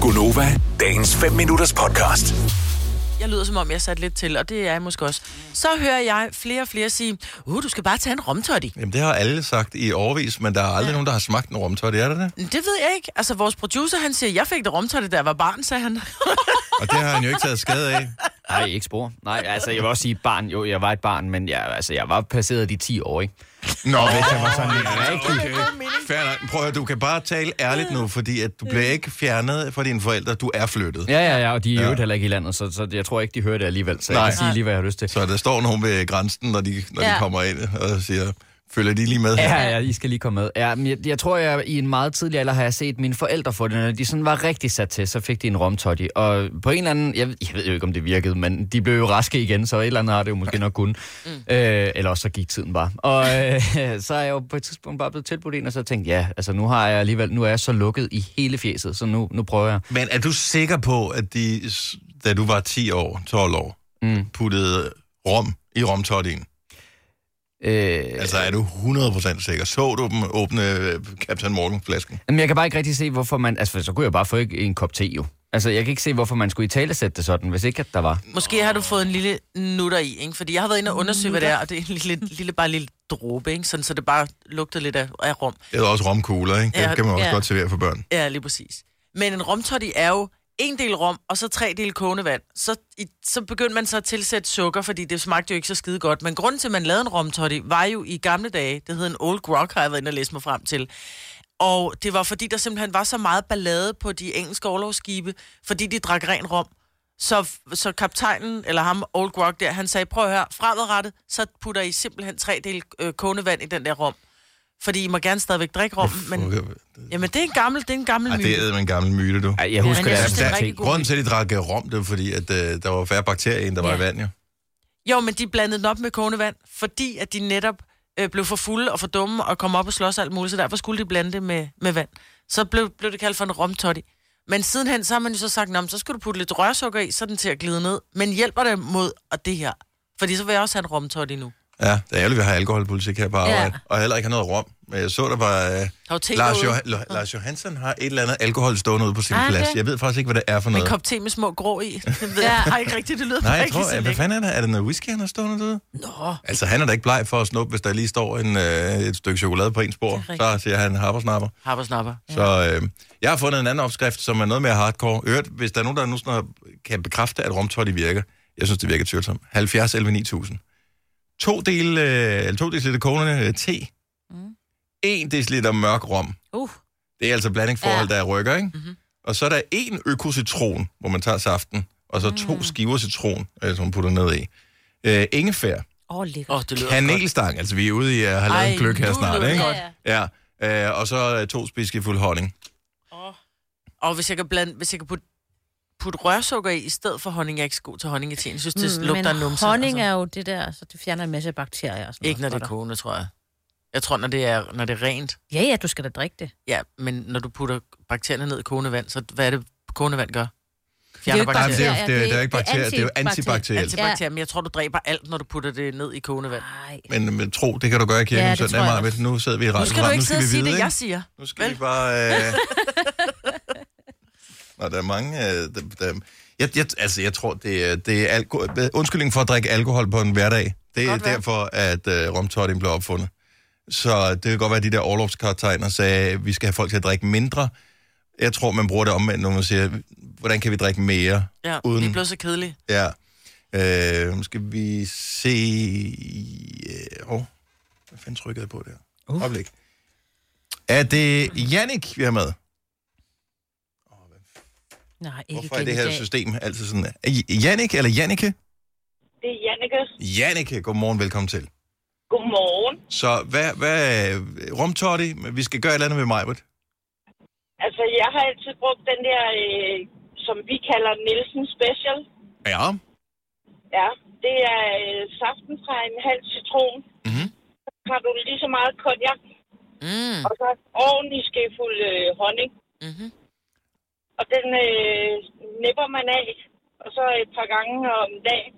Gunova, dagens 5 minutters podcast. jeg lyder som om, jeg satte lidt til, og det er jeg måske også. Så hører jeg flere og flere sige, uh, du skal bare tage en romtøtti. Jamen, det har alle sagt i overvis, men der er aldrig ja. nogen, der har smagt en romtøj, det er det det? Men Det ved jeg ikke. Altså, vores producer, han siger, jeg fik det romtøtti, da jeg var barn, sagde han. Og det har han jo ikke taget skade af. Nej, ikke spor. Nej, altså jeg vil også sige barn. Jo, jeg var et barn, men jeg, altså, jeg var passeret de 10 år, ikke? Nå, hvis han var sådan lidt Det er en mening. Fair nok. Men Prøv at høre, du kan bare tale ærligt nu, fordi at du bliver ikke fjernet fra dine forældre, du er flyttet. Ja, ja, ja, og de er jo ja. heller ikke i landet, så, så jeg tror ikke, de hører det alligevel. Så Nej. Nej. jeg kan sige lige, hvad jeg har lyst til. Så der står nogen ved grænsen, når de, når ja. Ja. de kommer ind og siger, følger de lige med her? Ja, ja, I skal lige komme med. Ja, men jeg, jeg tror, jeg i en meget tidlig alder har jeg set mine forældre få det, når de sådan var rigtig sat til, så fik de en romtotti. Og på en eller anden, jeg, ved- jeg ved jo ikke, om det virkede, men de blev jo raske igen, så et eller andet har det jo måske nok kun. Mm. Øh, eller også så gik tiden bare. Og øh, så er jeg jo på et tidspunkt bare blevet tilbudt en, og så tænkte jeg, ja, altså nu har jeg alligevel, nu er jeg så lukket i hele fjeset, så nu, nu prøver jeg. Men er du sikker på, at de, s- da du var 10 år, 12 år, mm. puttede rom i romtottingen? Øh, Altså, er du 100% sikker? Så du dem åbne øh, Captain Morgan-flasken? Jamen, jeg kan bare ikke rigtig se, hvorfor man... Altså, så kunne jeg bare få ikke- en kop te, jo. Altså, jeg kan ikke se, hvorfor man skulle i tale sætte det sådan, hvis ikke at der var. Måske har du fået en lille nutter i, ikke? Fordi jeg har været inde og undersøge, hvad det er, og det er en lille, lille bare en lille dråbe, ikke? Sådan, så det bare lugter lidt af, af rom. Det er også romkugler, ikke? Det Ja, kan man også ja. godt servere for børn. Ja, lige præcis. Men en romtotti er jo en del rom, og så tre del kogende vand. Så, i, så begyndte man så at tilsætte sukker, fordi det smagte jo ikke så skide godt. Men grunden til, at man lavede en romtotti, var jo i gamle dage, det hed en old grog, har jeg været inde og læse mig frem til. Og det var fordi, der simpelthen var så meget ballade på de engelske overlovsskibe, fordi de drak ren rom. Så, så kaptajnen, eller ham, Old Grog der, han sagde, prøv at høre, fremadrettet, så putter I simpelthen tre del øh, kogende vand i den der rom. Fordi I må gerne stadigvæk drikke rom, men... Jamen, det er en gammel, det er en gammel Ej, myte. det er en gammel myte, du. Ej, jeg husker, men jeg det er synes, det er en sådan en rigtig ting. god Grunden til, at de drak øh, rom, det var fordi, at øh, der var færre bakterier, end der var Ja. i vand, jo. Jo, men de blandede den op med kogende vand, fordi at de netop øh, blev for fulde og for dumme og kom op og slås og alt muligt, så derfor skulle de blande det med, med vand. Så blev, blev det kaldt for en romtotti. Men sidenhen, så har man jo så sagt, "Nå, men så skal du putte lidt rørsukker i, så er den til at glide ned. Men hjælper det mod og det her? Fordi så vil jeg også have en romtotti nu. Ja, det er ærgerligt, vi har alkoholpolitik her på arbejde. Ja. Og heller ikke har noget rom. Men jeg så, der var... Øh, Der er jo te Lars, derude. Joh- Lo- Lars Johansson har et eller andet alkohol stående ude på sin Ah, plads. det- Jeg ved faktisk ikke, hvad det er for Med noget. en kop te med små grå i. Det ved jeg bare ikke rigtigt, det lyder Nej, bare jeg ikke tror, så at, hvad lækkert. fanden er det? Er det noget whisky, han har stående ude? Nå, Altså, han er da ikke bleg for at snuppe, hvis der lige står en, øh, et stykke chokolade på en spor. rigtigt. Så siger han harpersnapper. harper snapper. Så øh, jeg har fundet en anden opskrift, som er noget mere hardcore. Øvrigt, hvis der er nogen, der nu sådan har- kan bekræfte, at romtotti virker, jeg synes, det virker tvivlsomt. 70 11 9000. To del, øh, eller to deciliter kogende øh, te. Mm. En deciliter mørk rom. Uh. Det er altså blandingsforhold, Ja. ja. der rykker, ikke? Mm-hmm. Og så er der en økocitron, hvor man tager saften, og så to skiver citron, øh, som man putter ned i. Øh, ingefær, Åh, oh, lækkert. Åh, oh, det lyder godt. kanelstang, altså vi er ude i at have lavet Ej, en gløk her nu lyder snart, det ikke? godt. Ja, øh, og så øh, to spisefulde honning. Og hvis jeg kan, blande, hvis jeg kan putte, putte rørsukker i, i stedet for honning, jeg er ikke så god til honning i teen. Jeg synes, det mm, lugter af men numse. honning altså. er jo det der, så det fjerner en masse bakterier og sådan Ikke når noget. det er kogende, tror jeg. Jeg tror, når det er, når det er rent. Ja, ja, du skal da drikke det. Ja, men når du putter bakterierne ned i kogende vand, så hvad er det, kogende vand gør? er jo Fjerner ikke Nej, men det er bakterier. jo Bakterier, det, er- det er jo det- ikke det er bakterier, det er jo antibakterielt. antibakterielt. Antibakterier, men jeg tror, du dræber alt, når du putter det ned i kogende vand. Nej. Men, men tro, det kan du gøre i kirken Ja, ja, det søndag tror jeg meget. Nu sidder vi i Nu radioen. skal du ikke sidde og sige det, ikke? jeg siger. Nu skal vi bare... Øh... Nå, der er mange... Øh, der, der... Jeg, jeg, altså, jeg tror, det er, det er alko- undskyldning for at drikke alkohol på en hverdag. Det er Godt være. derfor, at øh, romtotten blev opfundet. Så det kan godt være, at de der overlovskartegner sagde, at vi skal have folk til at drikke mindre. Jeg tror, man bruger det omvendt, når man siger, hvordan kan vi drikke mere? Ja, Uden- Uden... det blev så kedeligt. Ja. Øh, nu skal vi se... Åh, oh, hvad fanden trykkede jeg på der? Uh. Oplæg. Er det Jannik, vi har med? Nej, ikke Hvorfor er igen det i her dag. system altid sådan? Er I- Jannik eller Jannike? Det er Janneke. Jannike, godmorgen, velkommen til. Godmorgen. Så hvad, hvad rumtotti? Vi skal gøre et eller andet med Majbert. Altså, jeg har altid brugt den der, øh, som vi kalder Nielsen Special. Ja. Ja, det er øh, saften fra en halv citron. Mhm. Så har du lige så meget konjak, Mm. og så oven i skefuld øh, honning. Mm-hmm. Og den øh, nipper man af, og så et par gange om dagen.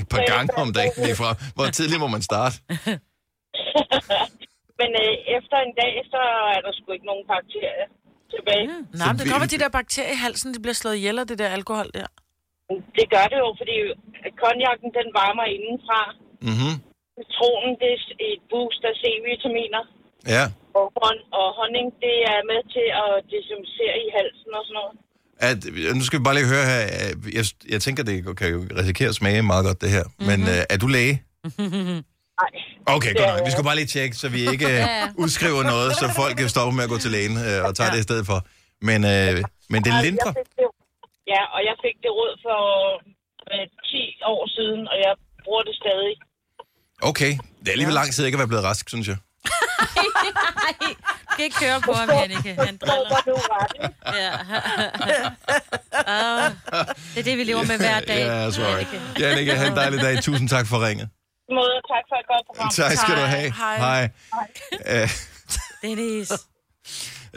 Et par gange om dagen lige fra. Hvor tidligt må man starte? Men øh, efter en dag, så er der sgu ikke nogen bakterier. tilbage. Mm. Nej, men det vi- kommer de der bakterier i halsen, de bliver slået ihjel af det der alkohol der. Det gør det jo, fordi konjakken den varmer indenfra. Mm-hmm. Citronen, det er et boost af C-vitaminer. Ja. Og, hon, og honning, det er med til at desinficere i halsen og sådan noget. At, nu skal vi bare lige høre her. øh, Jeg, jeg tænker, det kan jo risikere at smage meget godt, det her. Mm-hmm. Men øh, er du læge? Nej. Okay, Det er godt nok. Vi jeg. skulle bare lige tjekke, så vi ikke øh, udskriver noget, så folk kan stoppe med at gå til lægen øh, og tager det i stedet for. Men, øh, men det Og lindrer. Jeg fik det, ja, og jeg fik det råd for øh, 10 år siden, og jeg bruger det stadig. Okay. Det er alligevel lang tid ikke at være blevet rask, synes jeg. Du kan ikke køre på ham, Jannike. Han driller. Håber du er ret, ikke? Ja. Ah, det er det, vi lever med hver dag. Ja, sorry. Jannike. Ja, det kan have en dejlig dag. Tusind tak for ringet. I måde, og tak for et godt program. Tak skal du have. Hej. Hej. Øh, Dennis.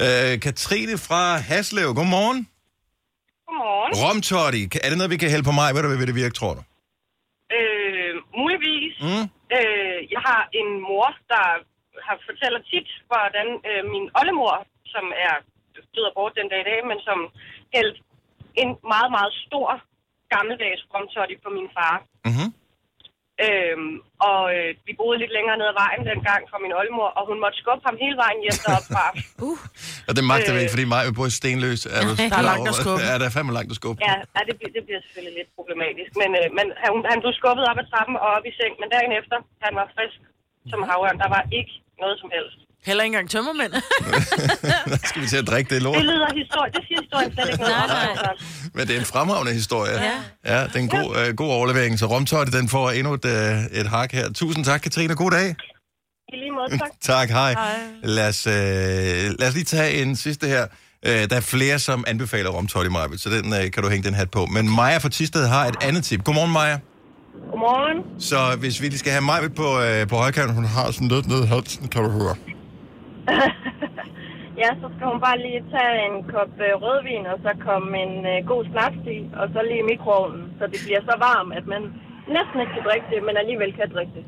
Øh, Katrine fra Haslev, godmorgen. Godmorgen. Romtotti, Kan- er det noget, vi kan hælde på mig? Hvad der vil det virke, tror du? Øh, muligvis. Mm. Øh, jeg har en mor, der har fortæller tit, hvordan øh, min oldemor, som er død og bort den dag i dag, men som hældte en meget, meget stor gammeldags romtotti på min far. Mm-hmm. Øhm, og øh, vi boede lidt længere ned ad vejen dengang fra min oldemor, og hun måtte skubbe ham hele vejen hjem deroppe. Og det magter vi ikke, Øh. fordi mig vil bo i Stenløs. Er du, Der er langt at skubbe. Ja, der er fandme langt at skubbe. ja, ja det, bliver- det bliver selvfølgelig lidt problematisk, men, øh, men han, han blev skubbet op ad trappen og op i seng, men dagen efter, han var frisk som havørn. Der var ikke noget som helst. Heller ikke engang tømmermænd. Skal vi til at drikke det lort? Det lyder historie. Det siger historien slet ikke noget om. Nej, nej. Men det er en fremragende historie. Ja. ja det er en god, øh, god overlevering. Så Romtotti, den får endnu et, øh, et hak her. Tusind tak, Katrine. God dag. I lige måde, tak. Tak, hej. Lad os, øh, lad os lige tage en sidste her. Øh, der er flere, som anbefaler Romtotti, Maja, så den øh, kan du hænge den hat på. Men Maja fra Tisted har et andet tip. Godmorgen, Maja. Godmorgen. Så hvis vi lige skal have Maja på, øh, på højkanten, hun har sådan lidt ned i halsen, kan du høre. Ja, så skal hun bare lige tage en kop øh, rødvin, og så komme en øh, god snaps i, og så lige i mikroovnen, så det bliver så varmt, at man næsten ikke kan drikke det, men alligevel kan drikke det.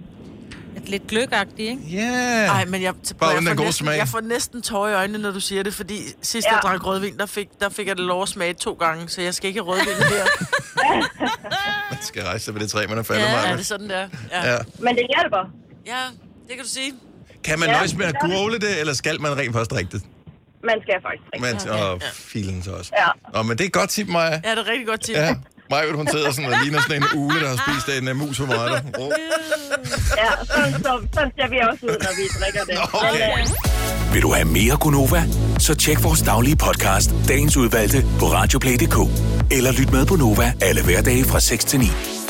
Et Lidt gløgagtigt, ikke? Ja. Nej, Yeah. men jeg, Bare jeg, uden den får gode næsten, smag. jeg får næsten tårer i øjnene, når du siger det, fordi sidst ja. jeg Ja. drak rødvin, der fik, der fik jeg det lov at smage to gange, så jeg skal ikke have rødvin her. Man skal rejse sig ved det træ, man er faldet, Ja, ja, er Maja. det sådan, der? Ja. Ja. ja. Men det hjælper. ja. det kan du sige. Kan man Ja, nøjes med at det gør det. gurgle det, eller skal man rent faktisk drikke det? Man skal faktisk drikke. Men, og filen så også. Ja. Nå, men det er et godt tip, Maja. Ja, det er et rigtig godt tip. Ja. Maja, hun sidder sådan og ligner sådan en ule, der har spist af en uh, mus for meget. Oh. Ja, sådan, så, sådan ser vi også ud, når vi drikker det. øh, Okay. Vil du have mere Gunova? Så tjek vores daglige podcast, dagens udvalgte, på radioplay.dk. Eller lyt med på Nova alle hverdage fra 6 til 9.